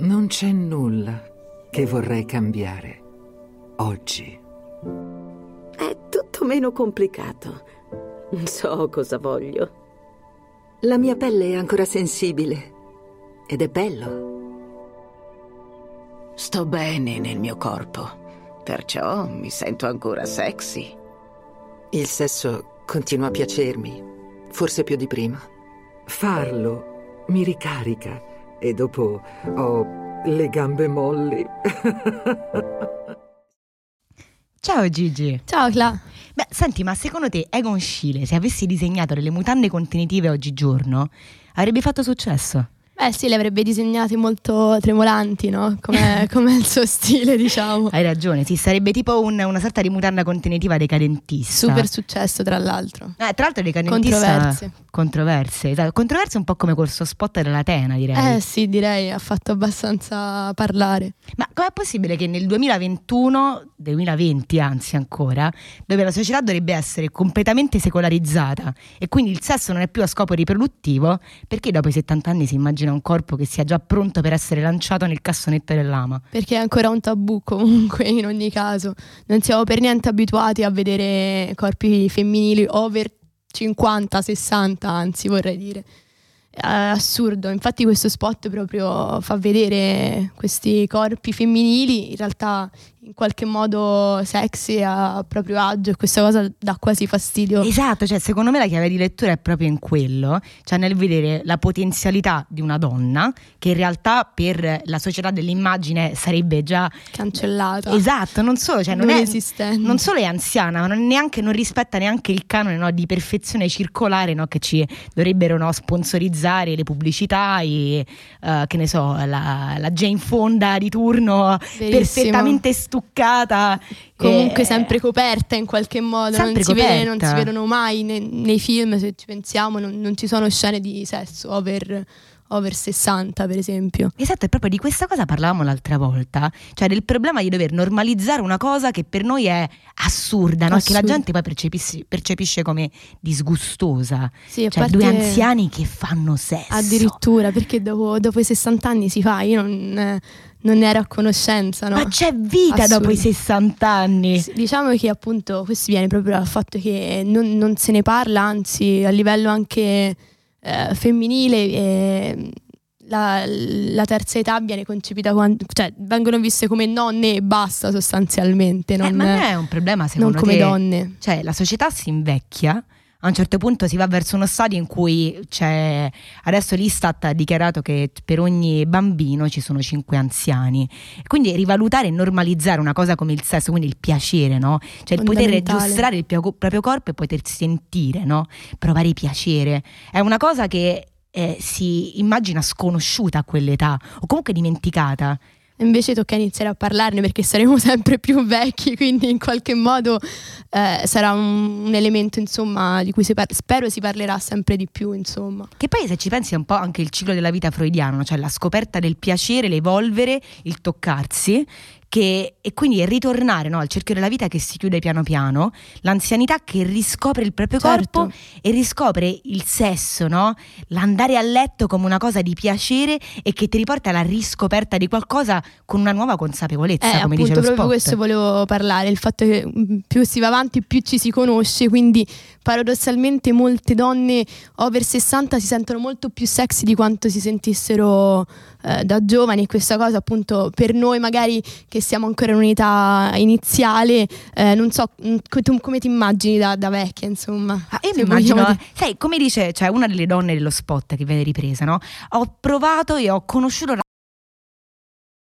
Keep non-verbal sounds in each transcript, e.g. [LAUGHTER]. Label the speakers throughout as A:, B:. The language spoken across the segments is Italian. A: Non c'è nulla che vorrei cambiare oggi.
B: È tutto meno complicato. So cosa voglio. La mia pelle è ancora sensibile. Ed è bello.
C: Sto bene nel mio corpo, perciò mi sento ancora sexy.
B: Il sesso continua a piacermi, forse più di prima.
A: Farlo mi ricarica e dopo ho le gambe molli. [LAUGHS]
D: Ciao Gigi.
E: Ciao Cla.
D: Beh, senti, ma secondo te Egon Schiele, se avessi disegnato delle mutande contenitive oggigiorno, avrebbe fatto successo?
E: Beh sì, le avrebbe disegnate molto tremolanti, no? Come, come il suo stile, diciamo.
D: Hai ragione, sì, sarebbe tipo un- una sorta di mutanda contenitiva decadentista.
E: Super successo, tra l'altro.
D: Eh, tra l'altro decadentista...
E: Controverse.
D: Controverse, esatto. Controverse un po' come col suo spot della Tena, direi.
E: Eh sì, direi, ha fatto abbastanza parlare.
D: Ma com'è possibile che nel 2021, 2020 anzi ancora, dove la società dovrebbe essere completamente secolarizzata e quindi il sesso non è più a scopo riproduttivo, perché dopo i 70 anni si immagina un corpo che sia già pronto per essere lanciato nel cassonetto dell'ama?
E: Perché è ancora un tabù comunque in ogni caso. Non siamo per niente abituati a vedere corpi femminili over 50, 60 anzi vorrei dire. È assurdo, infatti questo spot proprio fa vedere questi corpi femminili in realtà in qualche modo sexy a proprio agio e questa cosa dà quasi fastidio.
D: Esatto, cioè secondo me la chiave di lettura è proprio in quello, cioè nel vedere la potenzialità di una donna che in realtà per la società dell'immagine sarebbe già...
E: Cancellata.
D: Esatto, non solo, cioè non,
E: non
D: è,
E: esistente.
D: non solo è anziana, ma non, neanche, non rispetta neanche il canone no, di perfezione circolare no, che ci dovrebbero no, sponsorizzare le pubblicità, e, eh, che ne so, la, la Jane Fonda di turno
E: Verissimo.
D: perfettamente stuccata.
E: Comunque
D: eh,
E: sempre coperta in qualche modo, non
D: Sempre
E: si, vede- non
D: coperta.
E: si vedono mai ne- nei, film, se ci pensiamo, non, non ci sono scene di sesso over, over 60 per esempio.
D: Esatto, e proprio di questa cosa parlavamo l'altra volta, cioè del problema di dover normalizzare una cosa che per noi è assurda, no? che la
E: Assurda.
D: gente poi percepissi- percepisce come disgustosa.
E: Sì, a
D: Cioè,
E: parte-
D: due anziani che fanno sesso.
E: Addirittura, perché dopo, dopo i 60 anni si fa, io non, eh, non ne ero a conoscenza, no?
D: Ma c'è vita
E: Assurdo.
D: dopo i 60 anni.
E: Sì, Diciamo che appunto questo viene proprio dal fatto che non, non se ne parla, anzi a livello anche eh, femminile eh, la, la terza età viene concepita, quan- cioè vengono viste come nonne e basta sostanzialmente,
D: Eh,
E: non,
D: ma non è un problema
E: non
D: secondo
E: come
D: te?
E: donne.
D: Cioè, la società si invecchia. A un certo punto si va verso uno stadio in cui c'è. Adesso l'Istat ha dichiarato che per ogni bambino ci sono cinque anziani. Quindi rivalutare e normalizzare una cosa come il sesso, quindi il piacere, no? Cioè il poter
E: Fondamentale.
D: registrare il pio- proprio corpo e poter sentire, no? Provare piacere. È una cosa che eh, si immagina sconosciuta a quell'età, o comunque dimenticata.
E: Invece tocca iniziare a parlarne perché saremo [LAUGHS] sempre più vecchi, quindi in qualche modo eh, sarà un, un elemento insomma, di cui si par- spero si parlerà sempre di più. Insomma.
D: Che poi se ci pensi è un po' anche il ciclo della vita freudiano, no? cioè la scoperta del piacere, l'evolvere, il toccarsi, che- e quindi ritornare no, al cerchio della vita che si chiude piano piano, l'anzianità che riscopre il proprio
E: Certo.
D: corpo e riscopre il sesso, no? l'andare a letto come una cosa di piacere e che ti riporta alla riscoperta di qualcosa con una nuova
E: Eh,
D: consapevolezza, come
E: appunto,
D: dice lo
E: proprio
D: spot.
E: questo volevo parlare, il fatto che mh, più si va avanti più ci si conosce, quindi paradossalmente molte donne over 60 si sentono molto più sexy di quanto si sentissero eh, da giovani e questa cosa appunto per noi magari che siamo ancora in un'età iniziale, eh, non so mh, co- tu come ti immagini da, da vecchia insomma.
D: Ah, io
E: Se
D: mi immagino,
E: vogliamo dire-
D: sai, come dice cioè, una delle donne dello spot che viene ripresa, no? Ho provato e ho conosciuto la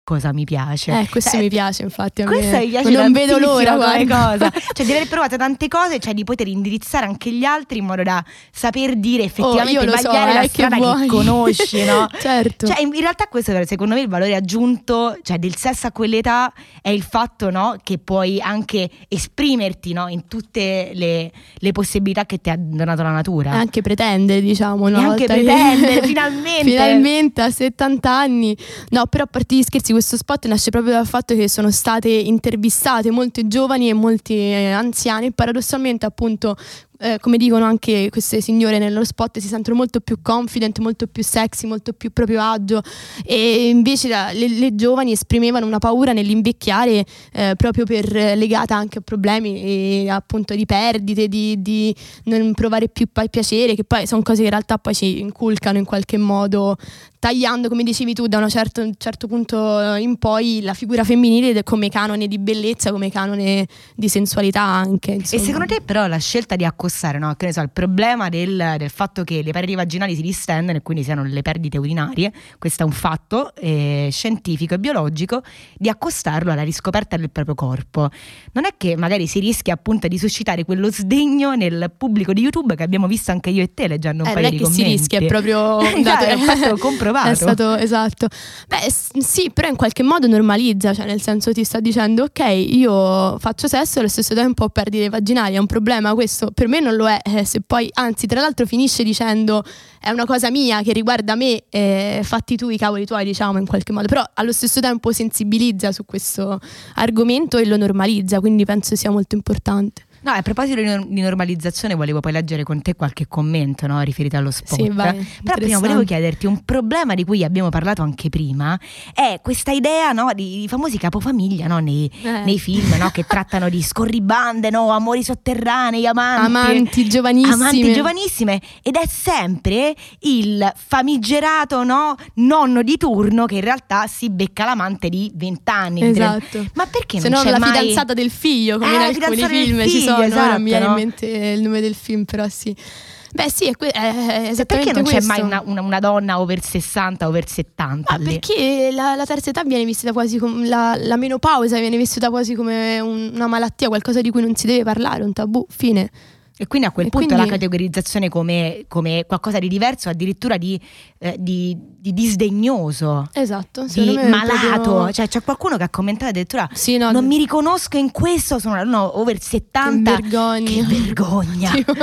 D: cosa mi piace.
E: Eh, questo
D: Cioè,
E: mi piace infatti. a
D: Questo
E: me.
D: mi piace
E: non vedo l'ora
D: tantissimo come
E: guarda. [LAUGHS]
D: cosa. Cioè, di aver provato tante cose, cioè di poter indirizzare anche gli altri in modo da saper dire effettivamente
E: Oh, io lo so,
D: vagliare
E: eh,
D: la
E: che
D: strada che,
E: vuoi.
D: conosci, no?
E: [LAUGHS] certo.
D: Cioè, in in realtà questo è secondo me il valore aggiunto cioè, del sesso a quell'età è il fatto no, che puoi anche esprimerti no, in tutte le, le possibilità che ti ha donato la natura.
E: E anche pretendere, diciamo. una
D: E anche
E: volta [LAUGHS]
D: pretendere,
E: che-
D: finalmente.
E: Finalmente a 70 anni. No, però a parte gli scherzi, questo spot nasce proprio dal fatto che sono state intervistate molte giovani e molte eh, anziane. e Paradossalmente, appunto, eh, come dicono anche queste signore nello spot, si sentono molto più confident, molto più sexy, molto più proprio agio e invece la- le, le giovani esprimevano una paura nell'invecchiare eh, proprio per, legata anche a problemi eh, appunto di perdite, di, di non provare più pa- piacere, che poi sono cose che in realtà poi ci inculcano in qualche modo tagliando, come dicevi tu, da una certa- un certo punto in poi la figura femminile de- come canone di bellezza, come canone di sensualità anche.
D: E
E: insomma.
D: secondo te però la scelta di accostare no, che ne so, il problema del, del fatto che le pareti vaginali si distendono e quindi siano le perdite urinarie, questo è un fatto eh, scientifico e biologico, di accostarlo alla riscoperta del proprio corpo. Non è che magari si rischia appunto di suscitare quello sdegno nel pubblico di YouTube che abbiamo visto anche io e te leggendo un
E: Eh, non
D: paio
E: è
D: di
E: che
D: commenti.
E: si rischia,
D: [LAUGHS]
E: è proprio
D: Eh,
E: un dato-
D: già, è un
E: [LAUGHS]
D: fatto comprovato.
E: È stato esatto. Beh, s- sì, però in qualche modo normalizza, cioè nel senso ti sta dicendo ok, io faccio sesso e allo stesso tempo ho perdite vaginali, è un problema questo, per me non lo è, eh, se poi anzi tra l'altro finisce dicendo è una cosa mia che riguarda me, eh, fatti tu i cavoli tuoi, diciamo in qualche modo, però allo stesso tempo sensibilizza su questo argomento e lo normalizza, quindi penso sia molto importante.
D: No, a proposito di nor- di normalizzazione, volevo poi leggere con te qualche commento no, riferito allo sport.
E: Sì,
D: Però
E: vai,
D: prima
E: interessante.
D: volevo chiederti un problema di cui abbiamo parlato anche prima, è questa idea no, di, di famosi capofamiglia no, nei,
E: Eh.
D: nei film no, che trattano di scorribande, no, amori sotterranei, amanti.
E: Amanti giovanissimi.
D: Amanti giovanissime ed è sempre il famigerato no, nonno di turno che in realtà si becca l'amante di 20 anni. di 30.
E: Esatto.
D: Ma perché
E: Se
D: non
E: no
D: c'è
E: la
D: mai-
E: fidanzata del figlio, come
D: Eh,
E: in
D: la
E: alcuni
D: fidanzata del
E: film ci
D: figlio,
E: sono, ora non mi
D: esatto,
E: viene in
D: no?
E: mente il nome del film, però sì. Beh sì, è, que- è
D: Se
E: esattamente
D: perché non c'è
E: questo.
D: mai una, una- una donna over 60, over 70
E: Ma
D: lì?
E: perché la, la terza età viene vissuta quasi come la, la menopausa viene vissuta quasi come un- una malattia, qualcosa di cui non si deve parlare, un tabù, fine.
D: E quindi a quel
E: E
D: punto
E: quindi-
D: la categorizzazione come, come qualcosa di diverso, addirittura di, eh, di- di disdegnoso,
E: Esatto,
D: di
E: secondo me è
D: malato.
E: proprio-
D: Cioè c'è qualcuno che ha commentato addirittura
E: Sì, no,
D: non mi riconosco in questo, sono una donna over
E: che
D: 70.
E: vergogna.
D: Che vergogna.
E: [LAUGHS] Tipo,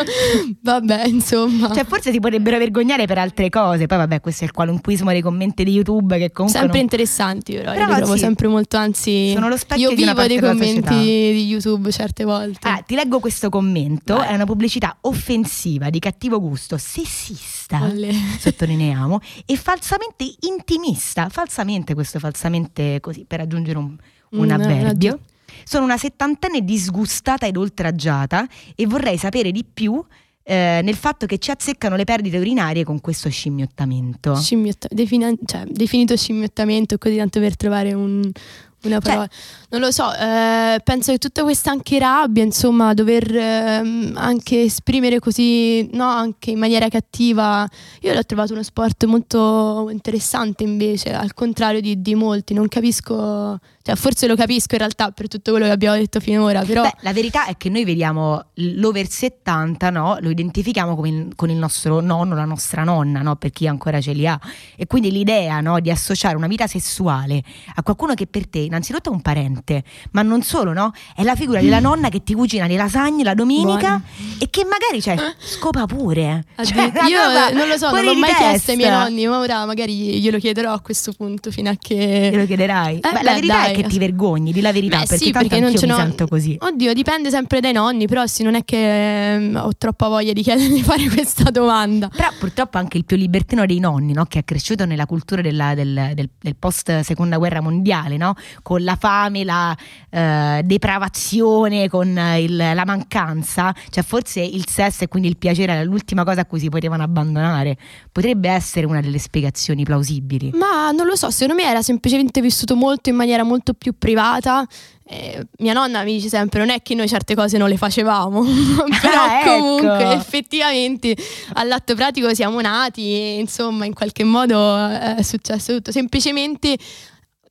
E: Vabbè, insomma.
D: Cioè, forse si potrebbero vergognare per altre cose. Poi, vabbè, questo è il qualunquismo dei commenti di YouTube che comunque.
E: sempre
D: non-
E: interessanti però,
D: Però
E: io li trovo
D: sì.
E: sempre molto, anzi
D: Sono lo specchio
E: io
D: di una
E: vivo dei
D: parte della
E: commenti
D: società.
E: di YouTube certe volte.
D: Ah, ti leggo questo commento,
E: Esatto. Vai.
D: è una pubblicità offensiva, di cattivo gusto, sessista,
E: Alle-
D: [LAUGHS]
E: [LAUGHS]
D: sottolineiamo, e falsamente intimista, falsamente questo, falsamente così, per aggiungere un, un
E: Mm,
D: avverbio.
E: raggi-
D: Sono una settantenne disgustata ed oltraggiata e vorrei sapere di più eh, nel fatto che ci azzeccano le perdite urinarie con questo scimmiottamento.
E: Scimmiott- defina- cioè, definito scimmiottamento così tanto per trovare un-
D: Cioè
E: una parola. non lo so, eh, penso che tutta questa anche rabbia, insomma, dover ehm, anche esprimere così, no, anche in maniera cattiva, io l'ho trovato uno sport molto interessante invece, al contrario di, di molti, non capisco, cioè forse lo capisco in realtà per tutto quello che abbiamo detto finora, però...
D: Beh, la verità è che noi vediamo l'over 70, no? Lo identifichiamo con il, con il nostro nonno, la nostra nonna, no? Per chi ancora ce li ha. E quindi l'idea, no? Di associare una vita sessuale a qualcuno che per te, innanzitutto, è un parente, ma non solo, no? È la figura della nonna che ti cucina le lasagne la domenica
E: Buona.
D: e che magari, cioè,
E: Eh?
D: scopa pure. Cioè,
E: Addir-
D: una
E: io
D: cosa
E: eh, non lo so, non
D: fuori
E: l'ho
D: di
E: mai chiesto ai miei
D: testa.
E: nonni, ma ora magari glielo chiederò a questo punto fino a che...
D: Glielo chiederai. Beh, la
E: Eh, beh,
D: verità è
E: dai.
D: che ti vergogni, di la verità,
E: Beh,
D: perché
E: sì,
D: tanto
E: perché non
D: anch'io mi
E: ce n'ho-
D: sento così.
E: Oddio, dipende sempre dai nonni, però sì, non è che ehm, ho troppa voglia di chiedere [LAUGHS] di fare questa domanda.
D: Però purtroppo anche il più libertino dei nonni, no? che è cresciuto nella cultura della- del, post seconda guerra mondiale, no? con la fame, la eh, depravazione, con eh, il- la mancanza, cioè forse il sesso e quindi il piacere era l'ultima cosa a cui si potevano abbandonare. Potrebbe essere una delle spiegazioni plausibili.
E: Ma non lo so, secondo me era semplicemente vissuto molto in maniera molto più privata. Eh, mia nonna mi dice sempre: non è che noi certe cose non le facevamo, [LAUGHS] però
D: Ah, ecco.
E: comunque effettivamente all'atto pratico siamo nati e insomma in qualche modo eh, è successo tutto. Semplicemente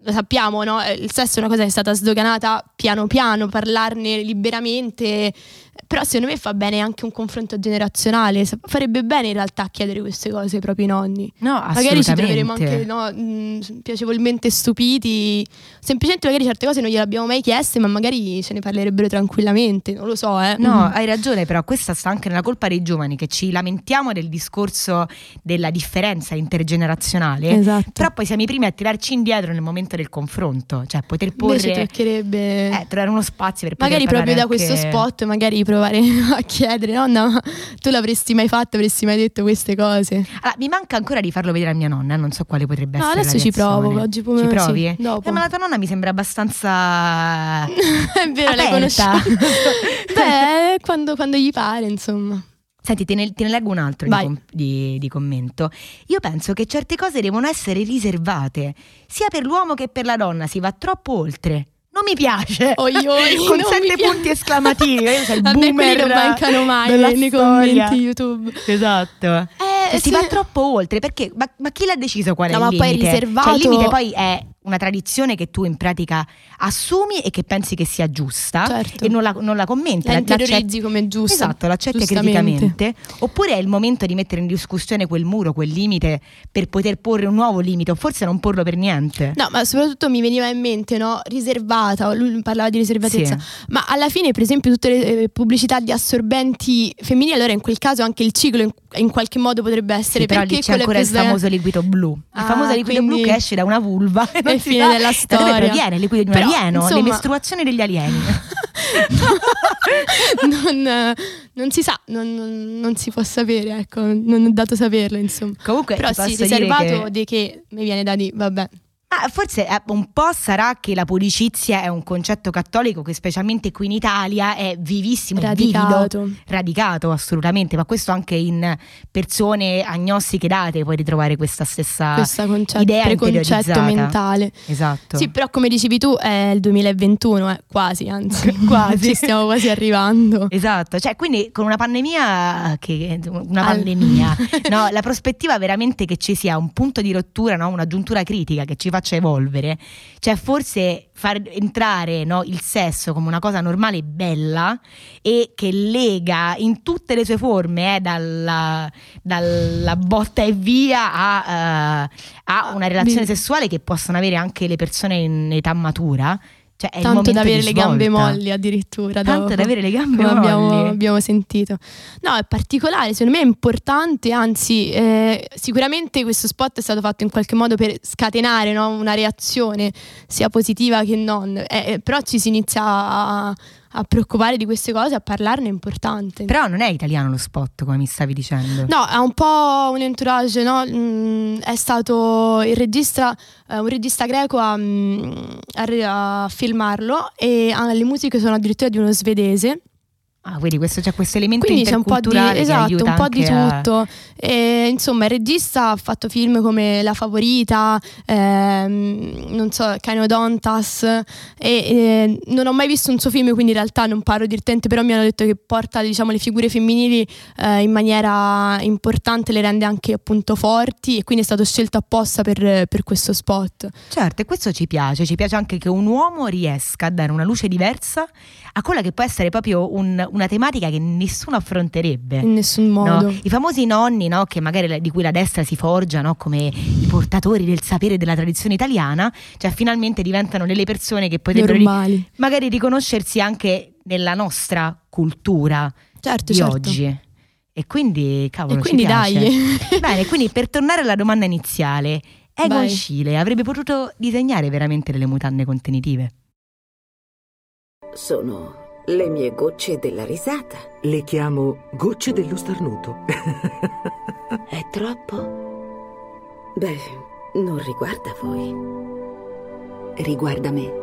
E: lo sappiamo, no? Eh, il sesso è una cosa che è stata sdoganata piano piano, parlarne liberamente, però secondo me fa bene anche un confronto generazionale, Sa- farebbe bene in realtà chiedere queste cose ai propri nonni.
D: No,
E: Magari ci
D: assolutamente.
E: troveremo anche no, mh, piacevolmente stupiti. Semplicemente magari certe cose non gliel'abbiamo mai chieste, ma magari ce ne parlerebbero tranquillamente, non lo so, eh.
D: No, hai ragione, però questa sta anche nella colpa dei giovani che ci lamentiamo del discorso della differenza intergenerazionale.
E: esatto.
D: eh, Però poi siamo i primi a tirarci indietro nel momento del confronto, cioè poter porre,
E: Invece toccherebbe
D: eh, trovare uno spazio per poter
E: magari
D: parlare
E: proprio da questo
D: anche-
E: spot, magari di provare [LAUGHS] a chiedere, nonna, ma tu l'avresti mai fatto, avresti mai detto queste cose?
D: Allora, mi manca ancora di farlo vedere a mia nonna, non so quale potrebbe
E: No,
D: essere.
E: adesso
D: la
E: ci
D: reazione.
E: provo, oggi
D: Ci
E: pomeriggio.
D: provi?
E: Sì, dopo.
D: Eh, ma la tua nonna mi sembra abbastanza.
E: [LAUGHS] È vero, la
D: Aperta.
E: conosciamo.
D: [LAUGHS]
E: Beh, quando, quando gli pare, insomma.
D: Senti, te ne, te ne leggo un altro di,
E: Vai.
D: com- di- di commento. Io penso che certe cose devono essere riservate, sia per l'uomo che per la donna, si va troppo oltre. Non mi piace.
E: Oi,
D: [LAUGHS]
E: oi,
D: Con
E: non mi
D: sette
E: piace.
D: punti esclamativi. Io sono il
E: [LAUGHS] A me quelli
D: boomer
E: non mancano mai
D: della
E: nei
D: storia.
E: commenti YouTube.
D: Esatto.
E: Eh,
D: Cioè, si
E: sì.
D: va troppo oltre perché ma, ma chi l'ha deciso qual è
E: No,
D: il
E: ma
D: limite?
E: poi riservato-
D: Cioè, il limite poi è una tradizione che tu in pratica assumi e che pensi che sia giusta
E: Certo.
D: e non la, non la commenti,
E: La
D: la- l'accetti-
E: interiorizzi come giusta.
D: Esatto, l'accetti
E: giustamente.
D: criticamente. Oppure è il momento di mettere in discussione quel muro, quel limite per poter porre un nuovo limite o forse non porlo per niente.
E: No, ma soprattutto mi veniva in mente, no? Riservata, o lui parlava di riservatezza. Ma alla fine, per esempio, tutte le eh, pubblicità di assorbenti femminili, allora in quel caso anche il ciclo in, in qualche modo potrebbe
D: Sì,
E: essere
D: però
E: perché
D: lì c'è
E: quello è
D: ancora il
E: preso da-
D: famoso liquido blu. Il
E: Ah,
D: famoso liquido blu
E: quindi-
D: che esce da una vulva. e non
E: [LAUGHS] è
D: si
E: fine
D: sa
E: della
D: Da dove
E: storia.
D: proviene il liquido di un
E: Però,
D: alieno? Le
E: insomma-
D: mestruazioni degli alieni.
E: [LAUGHS] non, eh, non si sa, non, non- non si può sapere, ecco, non è dato saperlo, insomma.
D: Comunque,
E: Però
D: ti posso
E: sì,
D: dire
E: riservato
D: che-
E: di che mi viene da dire, vabbè.
D: Ma forse eh, un po' sarà che la pudicizia è un concetto cattolico che specialmente qui in Italia è vivissimo, vivido,
E: Radicato.
D: radicato assolutamente, ma questo anche in persone agnostiche date puoi ritrovare questa stessa
E: questo concetto,
D: Ah, idea
E: preconcetto
D: interiorizzata.
E: mentale.
D: Esatto.
E: Sì, però come dicevi tu è il 2021, eh,
D: [LAUGHS]
E: quasi, anzi, quasi, ci stiamo quasi arrivando.
D: Esatto, cioè quindi con una pandemia che una
E: Al- [LAUGHS]
D: pandemia, no, la prospettiva veramente che ci sia un punto di rottura, no, una giuntura critica che ci faccia evolvere, cioè forse far entrare no, il sesso come una cosa normale e bella e che lega in tutte le sue forme, eh, dalla, dalla botta e via a, eh, a una relazione
E: mi-
D: sessuale che possono avere anche le persone in età matura. Cioè, è il
E: Tanto
D: momento
E: da avere
D: di
E: le gambe
D: svolta.
E: molli addirittura.
D: Tanto
E: dopo.
D: da avere le gambe
E: come abbiamo,
D: molli.
E: abbiamo sentito. No, è particolare, secondo me è importante, anzi eh, sicuramente questo spot è stato fatto in qualche modo per scatenare no, una reazione sia positiva che non, Eh, eh, però ci si inizia a, a preoccupare di queste cose, a parlarne è importante.
D: Però non è italiano lo spot, come mi stavi dicendo.
E: No, ha un po' un entourage, no? Mm, è stato il regista, eh, un regista greco a, mm, a re- a filmarlo e ah, le musiche sono addirittura di uno svedese.
D: Ah, vedi, questo, c'è questo elemento
E: Quindi c'è un po' di,
D: interculturale che
E: esatto,
D: aiuta
E: un po' di
D: anche a-
E: tutto. E, insomma, il regista ha fatto film come La Favorita, ehm, non so, Canodontas. E, eh, non ho mai visto un suo film, quindi in realtà non parlo direttamente, però mi hanno detto che porta diciamo, le figure femminili eh, in maniera importante, le rende anche appunto forti e quindi è stato scelto apposta per, per questo spot.
D: Certo, e questo ci piace. Ci piace anche che un uomo riesca a dare una luce diversa a quella che può essere proprio un- una tematica che nessuno affronterebbe.
E: In nessun
D: No,
E: modo.
D: I famosi nonni, no, che magari la- di cui la destra si forgia no, come i portatori del sapere e della tradizione italiana, cioè finalmente diventano delle persone che potrebbero ri-
E: Normali.
D: magari riconoscersi anche nella nostra cultura
E: Certo,
D: di
E: certo.
D: oggi. E quindi, cavolo,
E: E
D: ci
E: quindi
D: piace.
E: [LAUGHS] dai.
D: Bene, quindi per tornare alla domanda iniziale, Egon
E: Vai.
D: Schiele avrebbe potuto disegnare veramente delle mutande contenitive.
B: Sono le mie gocce della risata.
A: Le chiamo gocce dello starnuto. [LAUGHS]
B: È troppo? Beh, non riguarda voi. Riguarda me.